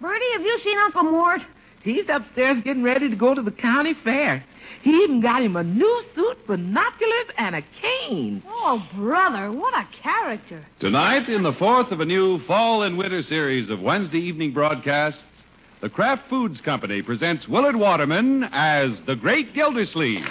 Bertie, have you seen Uncle Mort? He's upstairs getting ready to go to the county fair. He even got him a new suit, binoculars, and a cane. Oh, brother, what a character. Tonight, in the fourth of a new fall and winter series of Wednesday evening broadcasts, the Kraft Foods Company presents Willard Waterman as the Great Gildersleeve.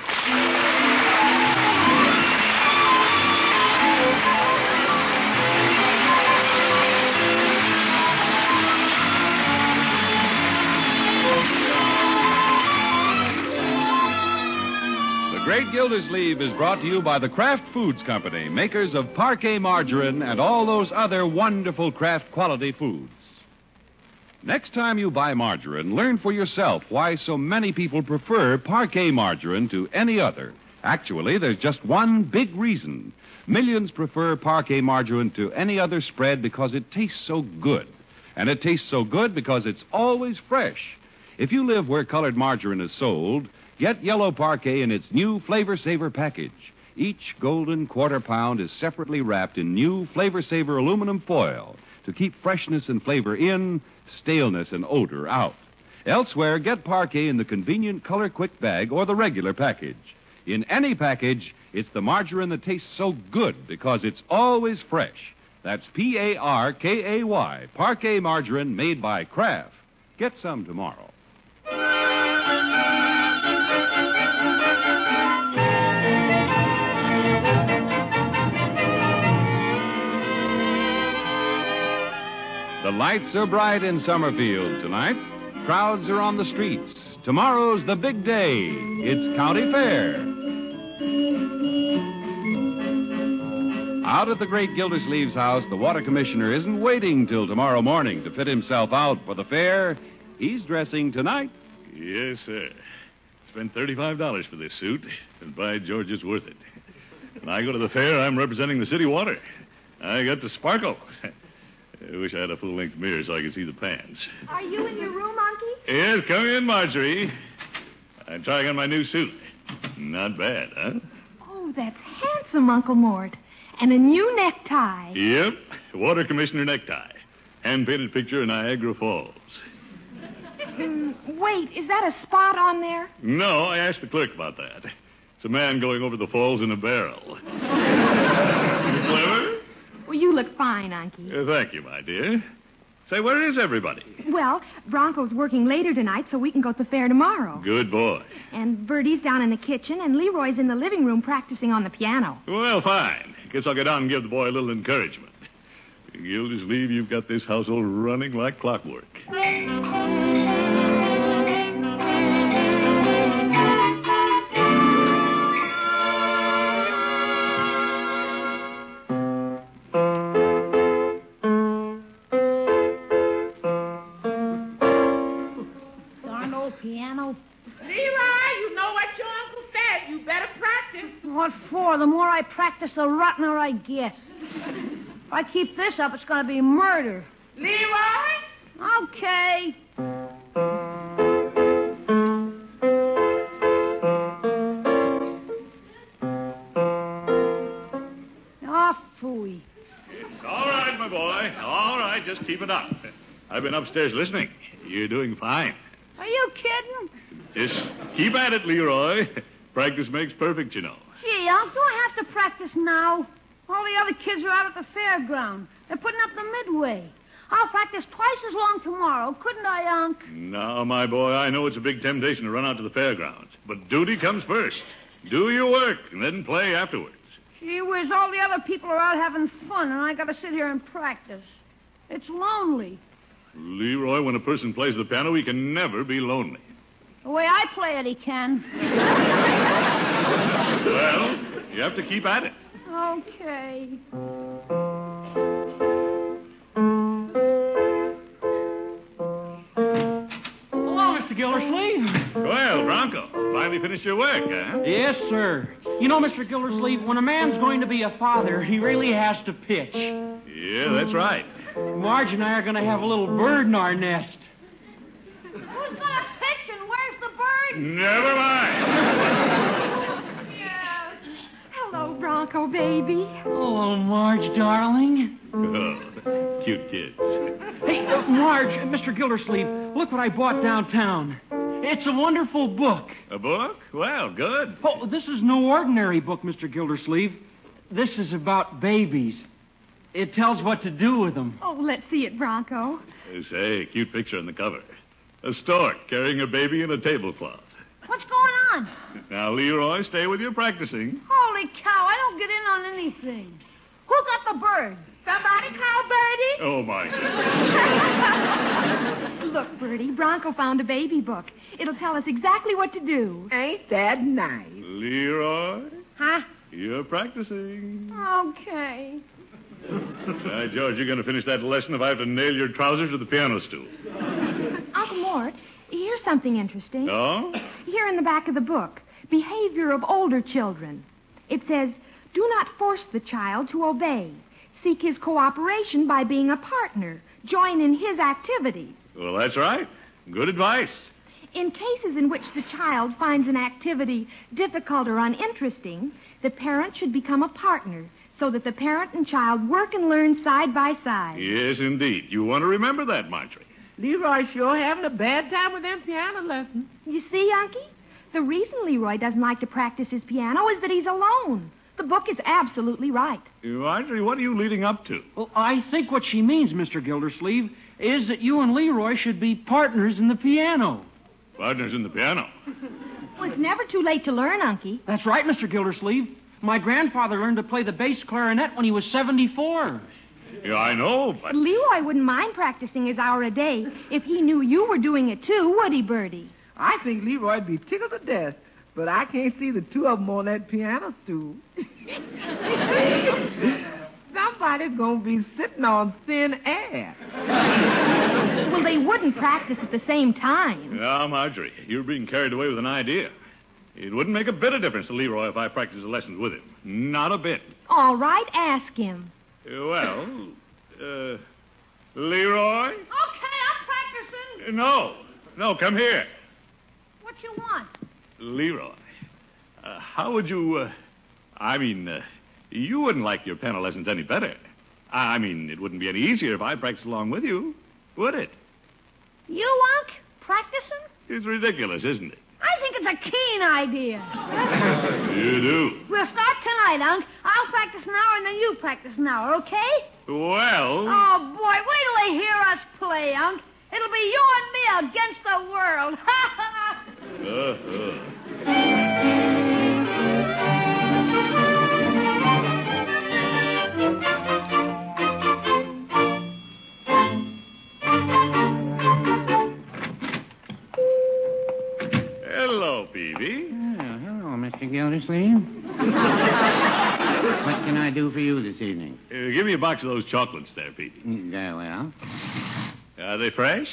The Great Gildersleeve is brought to you by the Kraft Foods Company, makers of parquet margarine and all those other wonderful Kraft quality foods. Next time you buy margarine, learn for yourself why so many people prefer parquet margarine to any other. Actually, there's just one big reason. Millions prefer parquet margarine to any other spread because it tastes so good. And it tastes so good because it's always fresh. If you live where colored margarine is sold, get yellow parquet in its new Flavor Saver package. Each golden quarter pound is separately wrapped in new Flavor Saver aluminum foil to keep freshness and flavor in, staleness and odor out. Elsewhere, get parquet in the convenient color quick bag or the regular package. In any package, it's the margarine that tastes so good because it's always fresh. That's P A R K A Y, parquet margarine made by Kraft. Get some tomorrow. The lights are bright in Summerfield tonight. Crowds are on the streets. Tomorrow's the big day. It's county fair. Out at the great Gildersleeve's house, the water commissioner isn't waiting till tomorrow morning to fit himself out for the fair. He's dressing tonight. Yes, sir. Spent $35 for this suit, and by George, it's worth it. When I go to the fair, I'm representing the city water. I got to sparkle. I wish I had a full length mirror so I could see the pants. Are you in your room, Unky? Yes, come in, Marjorie. I'm trying on my new suit. Not bad, huh? Oh, that's handsome, Uncle Mort. And a new necktie. Yep. Water Commissioner necktie. Hand painted picture of Niagara Falls. Mm, wait, is that a spot on there? No, I asked the clerk about that. It's a man going over the falls in a barrel. Clever? Well, you look fine, Unky. Uh, thank you, my dear. Say, where is everybody? Well, Bronco's working later tonight, so we can go to the fair tomorrow. Good boy. And Bertie's down in the kitchen, and Leroy's in the living room practicing on the piano. Well, fine. Guess I'll go down and give the boy a little encouragement. Gildersleeve, you've got this household running like clockwork. Darn old piano. Leroy, you know what your uncle said. You better practice. What for? The more I practice, the rottener I get. If I keep this up, it's going to be murder. Leroy? Okay. Ah, phooey. It's all right, my boy. All right, just keep it up. I've been upstairs listening. You're doing fine. Are you kidding? Just keep at it, Leroy. Practice makes perfect, you know. Gee, Unc, do I have to practice now? All the other kids are out at the fairground. They're putting up the midway. I'll practice twice as long tomorrow, couldn't I, Unc? Now, my boy, I know it's a big temptation to run out to the fairgrounds, but duty comes first. Do your work and then play afterwards. Gee whiz, all the other people are out having fun, and I gotta sit here and practice. It's lonely. Leroy, when a person plays the piano, he can never be lonely. The way I play it, he can. Well, you have to keep at it. Okay. Hello, Mr. Gildersleeve. Well, Bronco, finally finished your work, huh? Yes, sir. You know, Mr. Gildersleeve, when a man's going to be a father, he really has to pitch. Yeah, that's right. Marge and I are going to have a little bird in our nest. Who's gonna pitch and where's the bird? Never mind. Hello, Bronco. calico baby. Oh, Marge, darling. Oh, cute kids. Hey, uh, Marge, uh, Mr. Gildersleeve, look what I bought downtown. It's a wonderful book. A book? Well, good. Oh, this is no ordinary book, Mr. Gildersleeve. This is about babies. It tells what to do with them. Oh, let's see it, Bronco. Say, cute picture on the cover. A stork carrying a baby in a tablecloth. What's going on? Now, Leroy, stay with your practicing. Holy cow, I don't get in on anything. Who got the bird? Somebody call Birdie. Oh, my. Look, Bertie, Bronco found a baby book. It'll tell us exactly what to do. Ain't that nice? Leroy, Huh? you're practicing. Okay. Now, George, you're going to finish that lesson if I have to nail your trousers to the piano stool. Uncle Mort, here's something interesting. No? Here in the back of the book, Behavior of Older Children. It says, Do not force the child to obey. Seek his cooperation by being a partner. Join in his activities. Well, that's right. Good advice. In cases in which the child finds an activity difficult or uninteresting, the parent should become a partner so that the parent and child work and learn side by side. Yes, indeed. You want to remember that, Marjorie. Leroy sure having a bad time with them piano lessons. You see, Unky? The reason Leroy doesn't like to practice his piano is that he's alone. The book is absolutely right. Marjorie, what are you leading up to? Well, I think what she means, Mr. Gildersleeve, is that you and Leroy should be partners in the piano. Partners in the piano. Well, it's never too late to learn, Unky. That's right, Mr. Gildersleeve. My grandfather learned to play the bass clarinet when he was 74. Yeah, I know, but Leroy wouldn't mind practicing his hour a day if he knew you were doing it too, would he, Bertie? I think Leroy'd be tickled to death, but I can't see the two of them on that piano stool. Somebody's going to be sitting on thin air. Well, they wouldn't practice at the same time. Now, Marjorie, you're being carried away with an idea. It wouldn't make a bit of difference to Leroy if I practiced the lessons with him. Not a bit. All right, ask him. Well, uh, Leroy? Okay, I'm practicing. No, no, come here. What you want? Leroy, uh, how would you, uh, I mean, uh, you wouldn't like your piano lessons any better. I I mean, it wouldn't be any easier if I practiced along with you, would it? You, Unc? Practicing? It's ridiculous, isn't it? I think it's a keen idea. You do. We'll start tonight, Unc. I'll practice an hour and then you practice an hour, okay? Well, Oh, boy, wait till they hear us play, Unc. It'll be you and me against the world. Ha ha! uh-huh. Hello, Peavy. hello, Mr. Gildersleeve. what can I do for you this evening? Uh, give me a box of those chocolates there, Peavy. Very well. Are they fresh?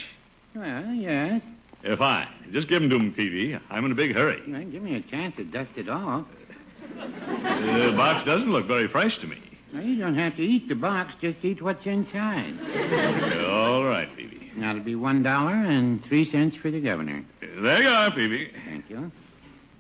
Well, yes. Uh, fine. Just give them to me, Peavy. I'm in a big hurry. Well, give me a chance to dust it off. The box doesn't look very fresh to me. Now, you don't have to eat the box, just eat what's inside. All right, Peavy. That'll be one dollar and three cents for the governor. Uh, There you are, Peavy. Thank you.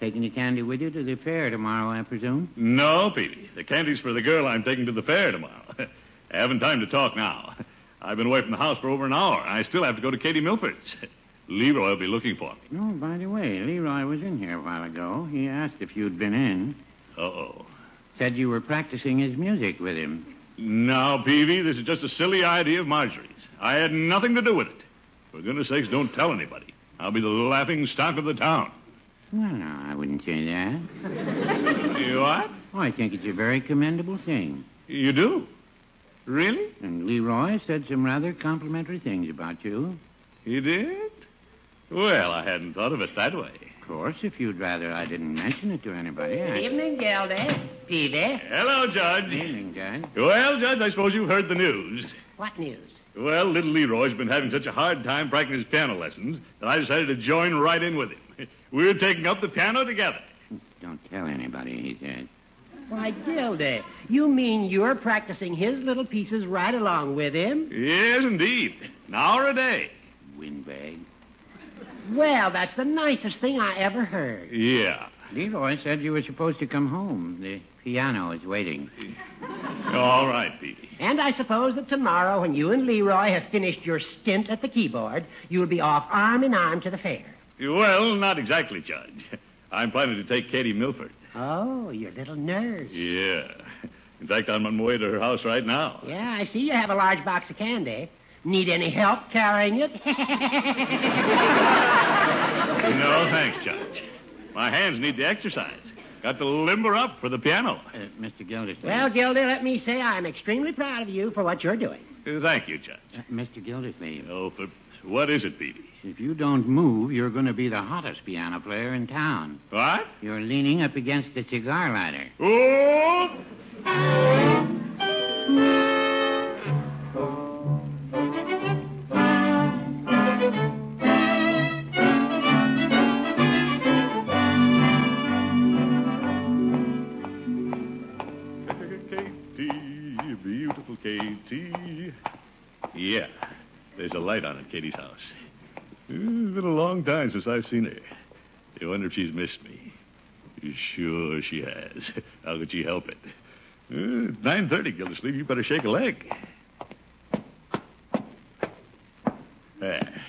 Taking the candy with you to the fair tomorrow, I presume? No, Peavy. The candy's for the girl I'm taking to the fair tomorrow. I haven't time to talk now. I've been away from the house for over an hour. I still have to go to Katie Milford's. Leroy will be looking for me. Oh, by the way, Leroy was in here a while ago. He asked if you'd been in. Uh-oh. Said you were practicing his music with him. Now, Peavy, this is just a silly idea of Marjorie's. I had nothing to do with it. For goodness sakes, don't tell anybody. I'll be the laughing stock of the town. Well, no, I wouldn't say that. You what? Oh, I think it's a very commendable thing. You do? Really? And Leroy said some rather complimentary things about you. He did? Well, I hadn't thought of it that way. Of course, if you'd rather I didn't mention it to anybody, I... Evening, Gildy. Peavy. Hello, Oh, Judge. Evening, Dad. Well, Judge, I suppose you've heard the news. What news? Well, little Leroy's been having such a hard time practicing his piano lessons that I decided to join right in with him. We're taking up the piano together. Don't tell anybody, he said. Why, Gilda, you mean you're practicing his little pieces right along with him? Yes, indeed. An hour a day. Windbag. Well, that's the nicest thing I ever heard. Yeah. Leroy said you were supposed to come home. The piano is waiting. All right, Petey. And I suppose that tomorrow, when you and Leroy have finished your stint at the keyboard, you'll be off arm in arm to the fair. Well, not exactly, Judge. I'm planning to take Katie Milford. Oh, your little nurse. Yeah. In fact, I'm on my way to her house right now. Yeah, I see you have a large box of candy. Need any help carrying it? No, thanks, Judge. My hands need the exercise. Got to limber up for the piano. Uh, Mr. Gildersleeve. well, Gildy, let me say I'm extremely proud of you for what you're doing. Uh, Thank you, Judge. Uh, Mr. Gildersleeve, Oh, but what is it, Petey? if you don't move, you're going to be the hottest piano player in town. What? You're leaning up against the cigar lighter. Oh! Katie, beautiful Katie. Yeah, there's a light on at Katie's house. It's been a long time since I've seen her. I wonder if she's missed me. Sure she has. How could she help it? Uh, It's 9.30, Gildersleeve. You better shake a leg. There.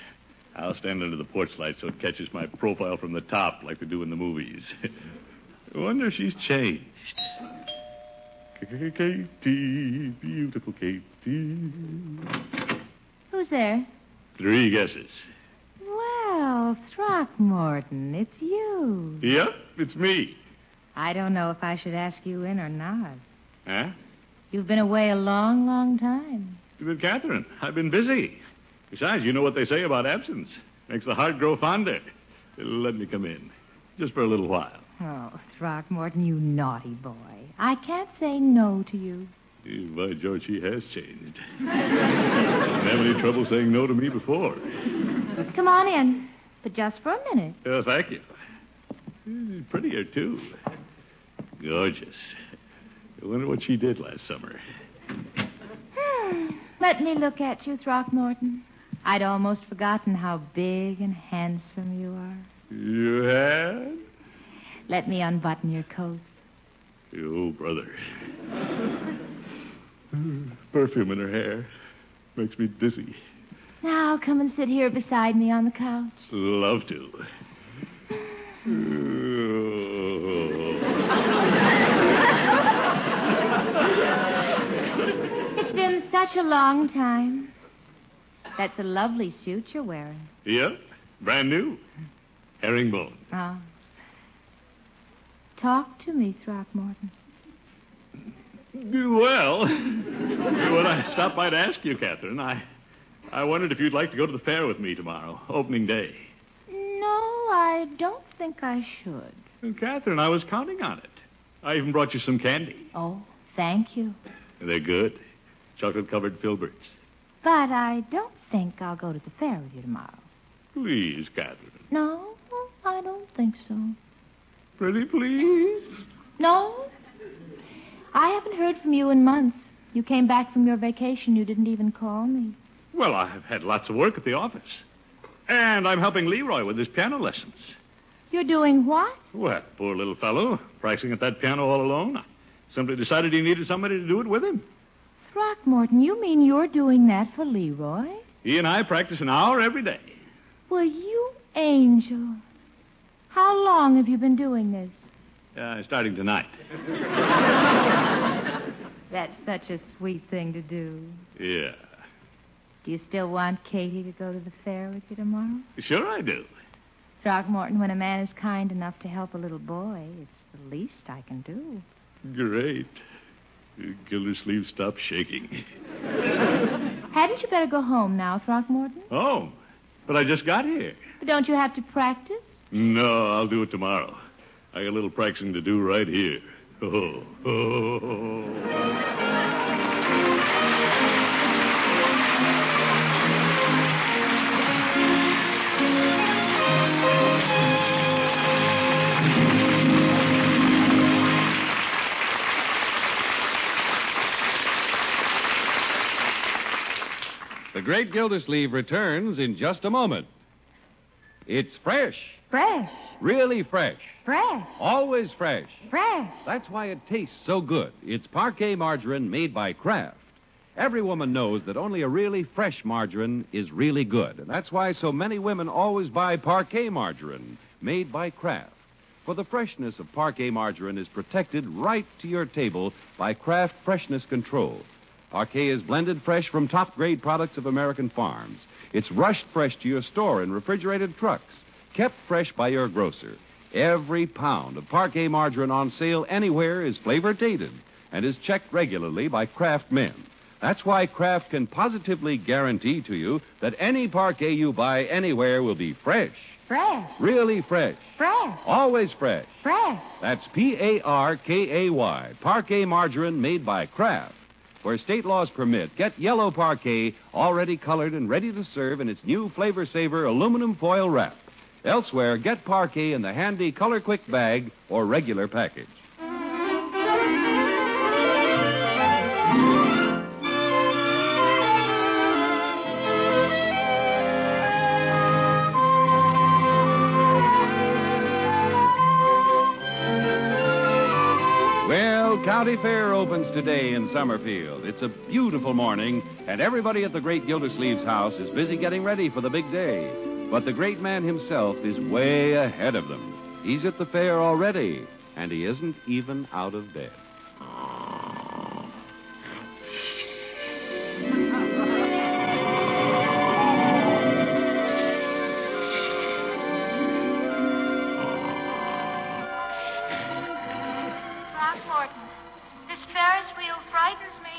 I'll stand under the porch light so it catches my profile from the top like they do in the movies. I wonder if she's changed. Katie, beautiful Katie. Who's there? Three guesses. Well, Throckmorton, it's you. Yep, it's me. I don't know if I should ask you in or not. Huh? You've been away a long, long time. But Catherine, I've been busy. Besides, you know what they say about absence. Makes the heart grow fonder. Let me come in. Just for a little while. Oh, Throckmorton, you naughty boy. I can't say no to you. Eh, By George, she has changed. Didn't have any trouble saying no to me before. Come on in, but just for a minute. Uh, thank you. Eh, Prettier, too. Gorgeous. I wonder what she did last summer. Let me look at you, Throckmorton. I'd almost forgotten how big and handsome you are. You had? Let me unbutton your coat. Oh, brother. Perfume in her hair. Makes me dizzy. Now come and sit here beside me on the couch. Love to. Oh. It's been such a long time. That's a lovely suit you're wearing. Yep, brand new. Herringbone. Ah. Talk to me, Throckmorton. Well, when I stopped by to ask you, Catherine, I, I wondered if you'd like to go to the fair with me tomorrow, opening day. No, I don't think I should. Catherine, I was counting on it. I even brought you some candy. Oh, thank you. They're good. Chocolate covered filberts. But I don't think I'll go to the fair with you tomorrow. Please, Catherine. No, I don't think so. Pretty please? No? I haven't heard from you in months. You came back from your vacation. You didn't even call me. Well, I've had lots of work at the office. And I'm helping Leroy with his piano lessons. You're doing what? Well, poor little fellow, practicing at that piano all alone. I simply decided he needed somebody to do it with him. Throckmorton, you mean you're doing that for Leroy? He and I practice an hour every day. Well, you angel. How long have you been doing this? Uh, starting tonight. That's such a sweet thing to do. Yeah. Do you still want Katie to go to the fair with you tomorrow? Sure I do. Throckmorton, when a man is kind enough to help a little boy, it's the least I can do. Great. Gildersleeve stopped shaking. Hadn't you better go home now, Throckmorton? Oh, but I just got here. But don't you have to practice? No, I'll do it tomorrow. I got a little practicing to do right here. Oh, oh. The Great Gildersleeve returns in just a moment. It's fresh. Fresh, Really fresh. fresh, Always fresh. fresh. That's why it tastes so good. It's parquet margarine made by Kraft. Every woman knows that only a really fresh margarine is really good. And that's why so many women always buy parquet margarine made by Kraft. For the freshness of parquet margarine is protected right to your table by Kraft Freshness Control. Parquet is blended fresh from top grade products of American farms. It's rushed fresh to your store in refrigerated trucks, kept fresh by your grocer. Every pound of parquet margarine on sale anywhere is flavor dated and is checked regularly by Kraft men. That's why Kraft can positively guarantee to you that any parquet you buy anywhere will be fresh, Fresh, really fresh, fresh, always fresh. fresh. That's P A R K A Y, parquet margarine made by Kraft. Where state laws permit, get yellow parquet already colored and ready to serve in its new flavor saver aluminum foil wrap. Elsewhere, get parquet in the handy Color Quick bag or regular package. Well, County Fair opens today in Summerfield. It's a beautiful morning, and everybody at the great Gildersleeve's house is busy getting ready for the big day. But the great man himself is way ahead of them. He's at the fair already, and he isn't even out of bed. Throckmorton, this Ferris wheel frightens me.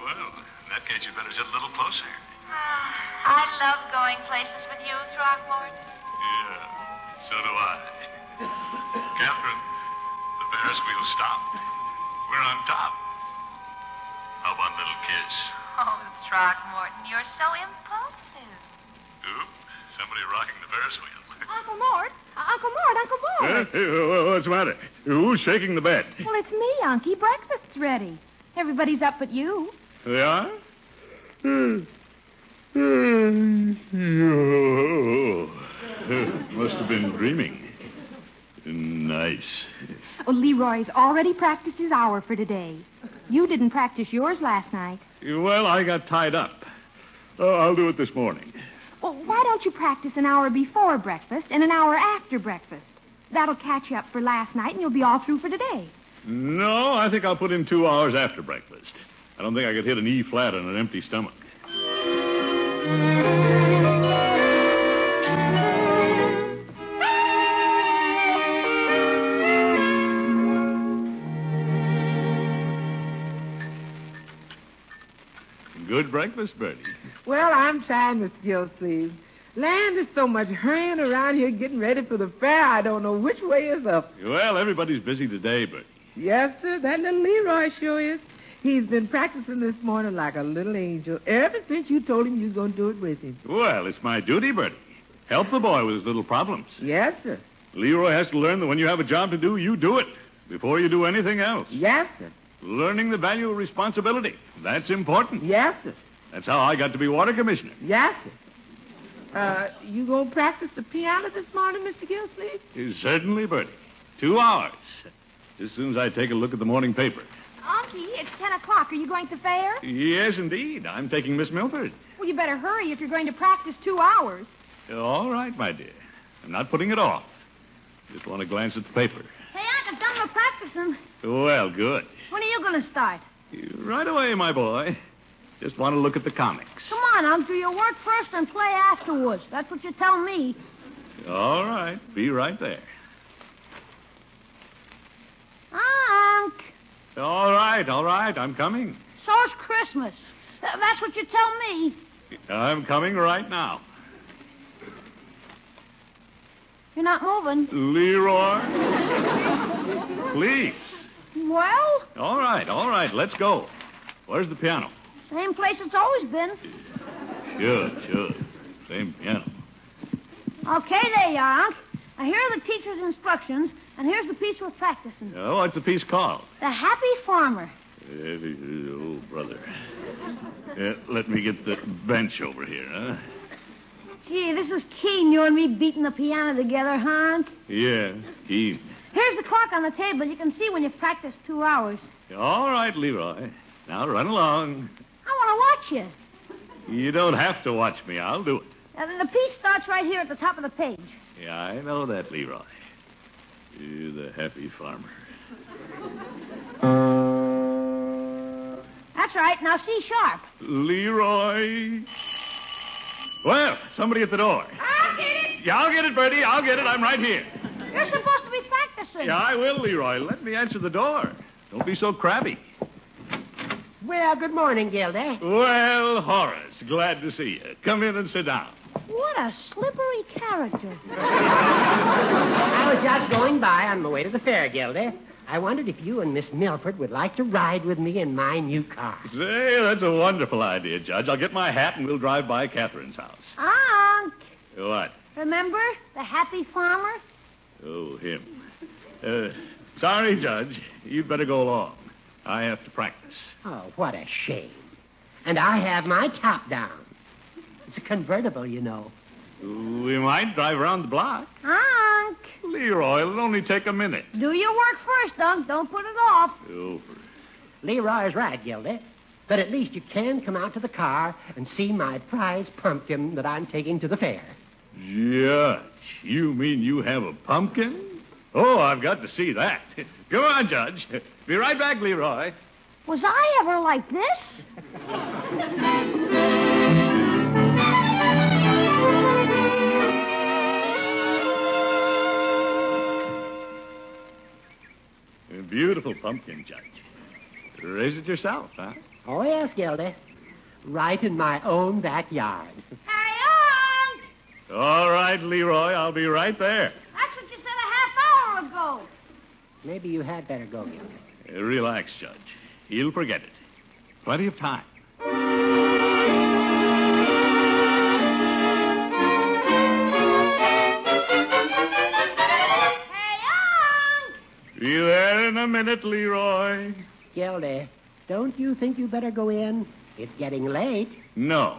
Well, in that case, you'd better sit a little closer. Ah, I love going places with you, Throckmorton. Yeah, so do I. Catherine, the Ferris wheel stopped. We're on top. How about a little kiss? Oh, Throckmorton, you're so impulsive. Who? Somebody rocking the Ferris wheel. Uncle Mort, uh, Uncle Mort, Uncle Mort. what's the matter? Who's shaking the bed? Well, it's me, Unky. Breakfast's ready. Everybody's up but you. They are? Must have been dreaming. Nice. Oh, Leroy's already practiced his hour for today. You didn't practice yours last night. Well, I got tied up. Oh, I'll do it this morning. Well, why don't you practice an hour before breakfast and an hour after breakfast? That'll catch you up for last night, and you'll be all through for today. No, I think I'll put in two hours after breakfast. I don't think I could hit an E flat on an empty stomach. Good breakfast, Bertie. Well, I'm trying, Miss Gilsleeve. Land, there's so much hurrying around here getting ready for the fair, I don't know which way is up. Well, everybody's busy today, Bertie. Yes, sir, that little Leroy sure is. He's been practicing this morning like a little angel ever since you told him you was going to do it with him. Well, it's my duty, Bertie. Help the boy with his little problems. Yes, sir. Leroy has to learn that when you have a job to do, you do it before you do anything else. Yes, sir. Learning the value of responsibility. That's important. Yes, sir. That's how I got to be water commissioner. Yes, sir. Uh, you going to practice the piano this morning, Mr. Gilsleeve? Certainly, Bertie. Two hours. As soon as I take a look at the morning paper. Unky, it's 10 o'clock. Are you going to the fair? Yes, indeed. I'm taking Miss Milford. Well, you better hurry if you're going to practice two hours. All right, my dear. I'm not putting it off. Just want to glance at the paper. Hey, Unc, I'm done with practicing. Well, good. When are you going to start? Right away, my boy. Just want to look at the comic. Come on, Unc, do your work first and play afterwards. That's what you tell me. All right. Be right there. Unc, All right, all right. I'm coming. so's Christmas. Th- That's what you tell me. I'm coming right now. You're not moving. Leroy, please. Well, All right, all right. Let's go. Where's the piano? same place it's always been. Sure, sure. Same piano. Okay, there you are, Unc. Now, here are the teacher's instructions, and here's the piece we're practicing. Oh, what's the piece called? The Happy Farmer. oh, brother. Uh, let me get the bench over here, huh? Gee, this is keen, you and me beating the piano together, Honk. Yeah, Keene. Here's the clock on the table. You can see when you've practiced two hours. All right, Leroy. Now run along. I want to watch you. You don't have to watch me. I'll do it. Uh, the piece starts right here at the top of the page. Yeah, I know that, Leroy. You're the happy farmer. That's right. Now C sharp. Leroy. Well, somebody at the door. I'll get it. Yeah, I'll get it, Bertie. I'll get it. I'm right here. You're supposed to be practicing. Yeah, I will, Leroy. Let me answer the door. Don't be so crabby. Well, good morning, Gilda. Well, Horace, glad to see you. Come in and sit down. What a slippery character. I was just going by on my way to the fair, Gilda. I wondered if you and Miss Milford would like to ride with me in my new car. Say, that's a wonderful idea, Judge. I'll get my hat and we'll drive by Catherine's house. Honk. What? Remember? The happy farmer? Oh, him. Uh, sorry, Judge. You'd better go along. I have to practice. Oh, what a shame. And I have my top down. It's a convertible, you know. We might drive around the block. Honk. Leroy, it'll only take a minute. Do your work first, Unc. Don't put it off. Oh, Leroy's right, Gilda. But at least you can come out to the car and see my prize pumpkin that I'm taking to the fair. Judge, you mean you have a pumpkin? Oh, I've got to see that. Come on, Judge. Be right back, Leroy. Was I ever like this? A beautiful pumpkin, Judge. Raise it yourself, huh? Oh, yes, Gilda. Right in my own backyard. Hey, Unc. All right, Leroy, I'll be right there. That's what you said a half hour ago. Maybe you had better go, Gilda. Uh, Relax, Judge. He'll forget it. Plenty of time. Hey, Unc. Be there in a minute, Leroy. Gilda, don't you think you better go in? It's getting late. No.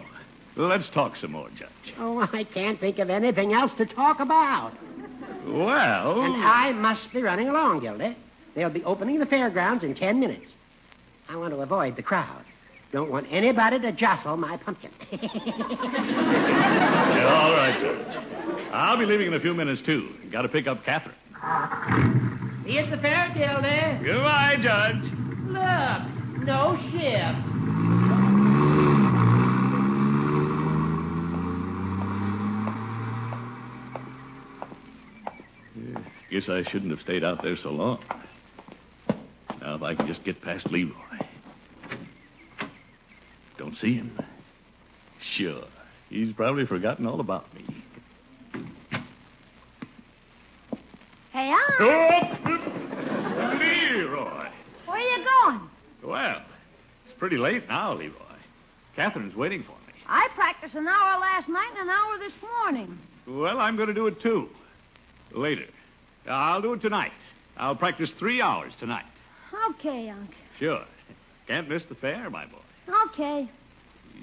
Let's talk some more, Judge. Oh, I can't think of anything else to talk about. Well. And I must be running along, Gilda. They'll be opening the fairgrounds in ten minutes. I want to avoid the crowd. Don't want anybody to jostle my pumpkin. Yeah, all right, Judge. I'll be leaving in a few minutes, too. Got to pick up Catherine. See you at the fair, Gilda. Goodbye, Judge. Look, no ship. Guess I shouldn't have stayed out there so long. Now, if I can just get past Leroy. Don't see him. Sure. He's probably forgotten all about me. Hey, Unc. Leroy! Where are you going? Well, it's pretty late now, Leroy. Catherine's waiting for me. I practiced an hour last night and an hour this morning. Well, I'm going to do it too. Later. I'll do it tonight. I'll practice three hours tonight. Okay, Unc. Sure. Can't miss the fair, my boy. Okay.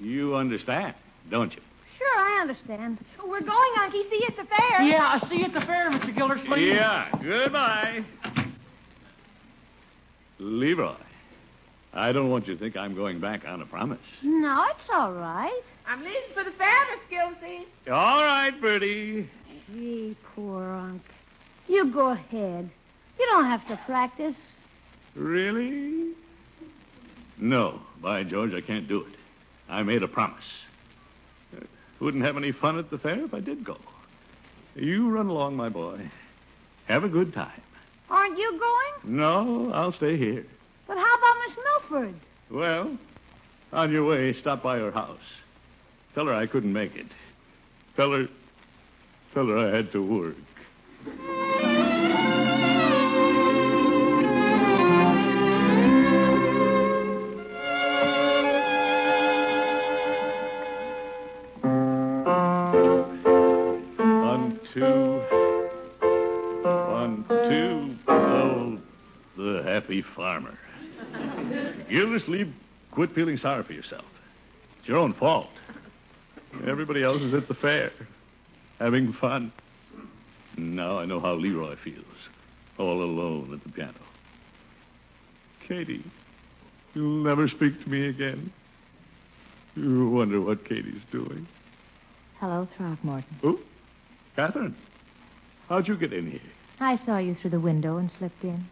You understand, don't you? Sure, I understand. We're going, Unky. See you at the fair. Yeah, I'll see you at the fair, Mr. Gildersleeve. Yeah. Goodbye. Leroy, I don't want you to think I'm going back on a promise. No, it's all right. I'm leaving for the fair, Miss Gilsey. All right, Bertie. Gee, poor Unc. You go ahead. You don't have to practice. Really? No, by George, I can't do it. I made a promise. Uh, Wouldn't have any fun at the fair if I did go. You run along, my boy. Have a good time. Aren't you going? No, I'll stay here. But how about Miss Milford? Well, on your way, stop by her house. Tell her I couldn't make it. Tell her. Tell her I had to work. One, two. One, two. Oh, the happy farmer. Gildersleeve, quit feeling sorry for yourself. It's your own fault. Everybody else is at the fair. having fun. Now I know how Leroy feels, all alone at the piano. Katie, you'll never speak to me again. You wonder what Katie's doing. Hello, Throckmorton. Oh, Catherine, how'd you get in here? I saw you through the window and slipped in.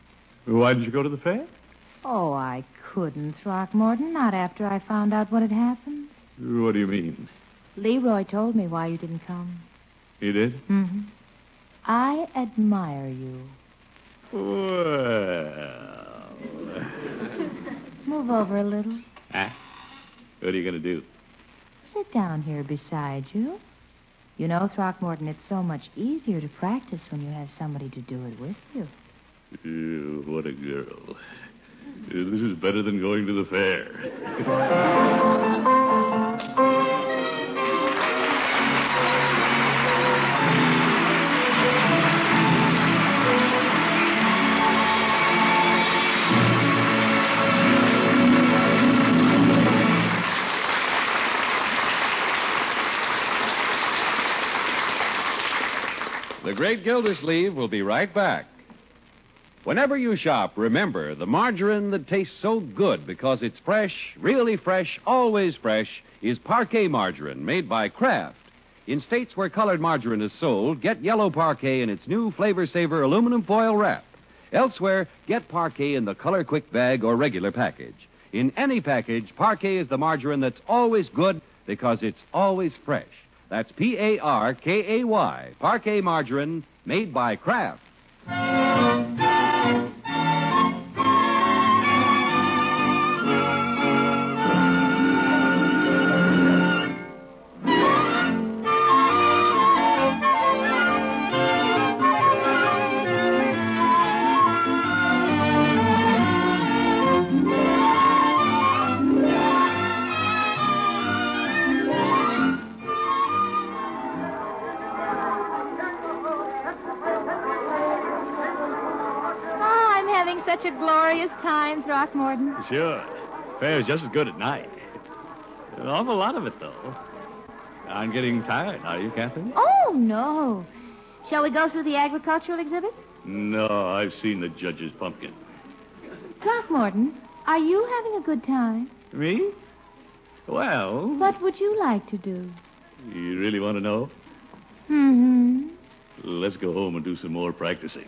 Why didn't you go to the fair? Oh, I couldn't, Throckmorton, not after I found out what had happened. What do you mean? Leroy told me why you didn't come. He did? Mm-hmm. I admire you. Well. Move over a little. Ah, what are you going to do? Sit down here beside you. You know, Throckmorton, it's so much easier to practice when you have somebody to do it with you. Oh, what a girl. This is better than going to the fair. The Great Gildersleeve will be right back. Whenever you shop, remember the margarine that tastes so good because it's fresh, really fresh, always fresh, is parquet margarine made by Kraft. In states where colored margarine is sold, get yellow parquet in its new flavor saver aluminum foil wrap. Elsewhere, get parquet in the color quick bag or regular package. In any package, parquet is the margarine that's always good because it's always fresh. That's P A R K A Y, parquet margarine made by Kraft. Ah, I'm having such a glorious time, Throckmorton. Sure. Fair's just as good at night. An awful lot of it, though. I'm getting tired, are you, Catherine? Oh, no. Shall we go through the agricultural exhibit? No, I've seen the judge's pumpkin. Throckmorton, are you having a good time? Me? Well, What would you like to do? you really want to know? Mm-hmm. Let's go home and do some more practicing.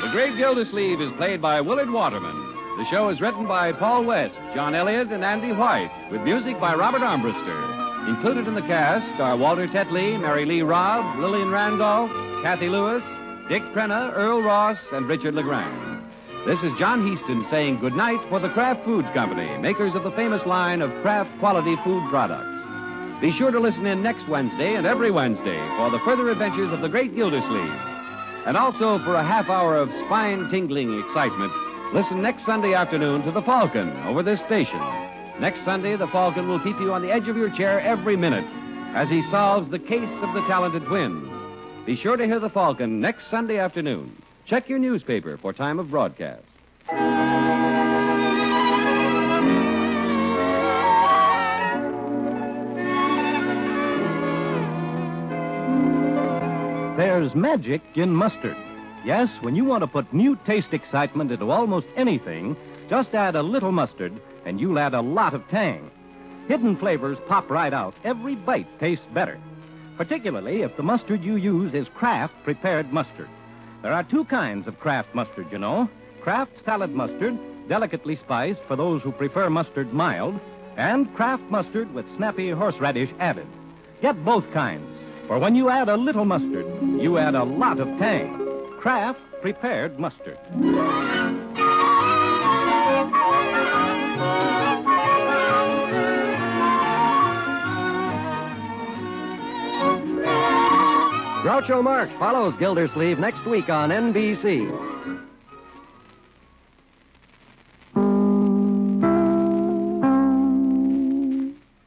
The Great Gildersleeve is played by Willard Waterman. The show is written by Paul West, John Elliott, and Andy White, with music by Robert Armbruster. Included in the cast are Walter Tetley, Mary Lee Robb, Lillian Randolph, Kathy Lewis, Dick Crenna, Earl Ross, and Richard LeGrand. This is John Heaston saying goodnight for the Kraft Foods Company, makers of the famous line of Kraft quality food products. Be sure to listen in next Wednesday and every Wednesday for the further adventures of the Great Gildersleeve. And also for a half hour of spine tingling excitement, listen next Sunday afternoon to The Falcon over this station. Next Sunday, The Falcon will keep you on the edge of your chair every minute as he solves the case of the talented twins. Be sure to hear The Falcon next Sunday afternoon. Check your newspaper for time of broadcast. There's magic in mustard. Yes, when you want to put new taste excitement into almost anything, just add a little mustard and you'll add a lot of tang. Hidden flavors pop right out. Every bite tastes better. Particularly if the mustard you use is Kraft prepared mustard. There are two kinds of Kraft mustard, you know. Kraft salad mustard, delicately spiced for those who prefer mustard mild, and Kraft mustard with snappy horseradish added. Get both kinds. For when you add a little mustard, you add a lot of tang. Kraft prepared mustard. Groucho Marx follows Gildersleeve next week on NBC.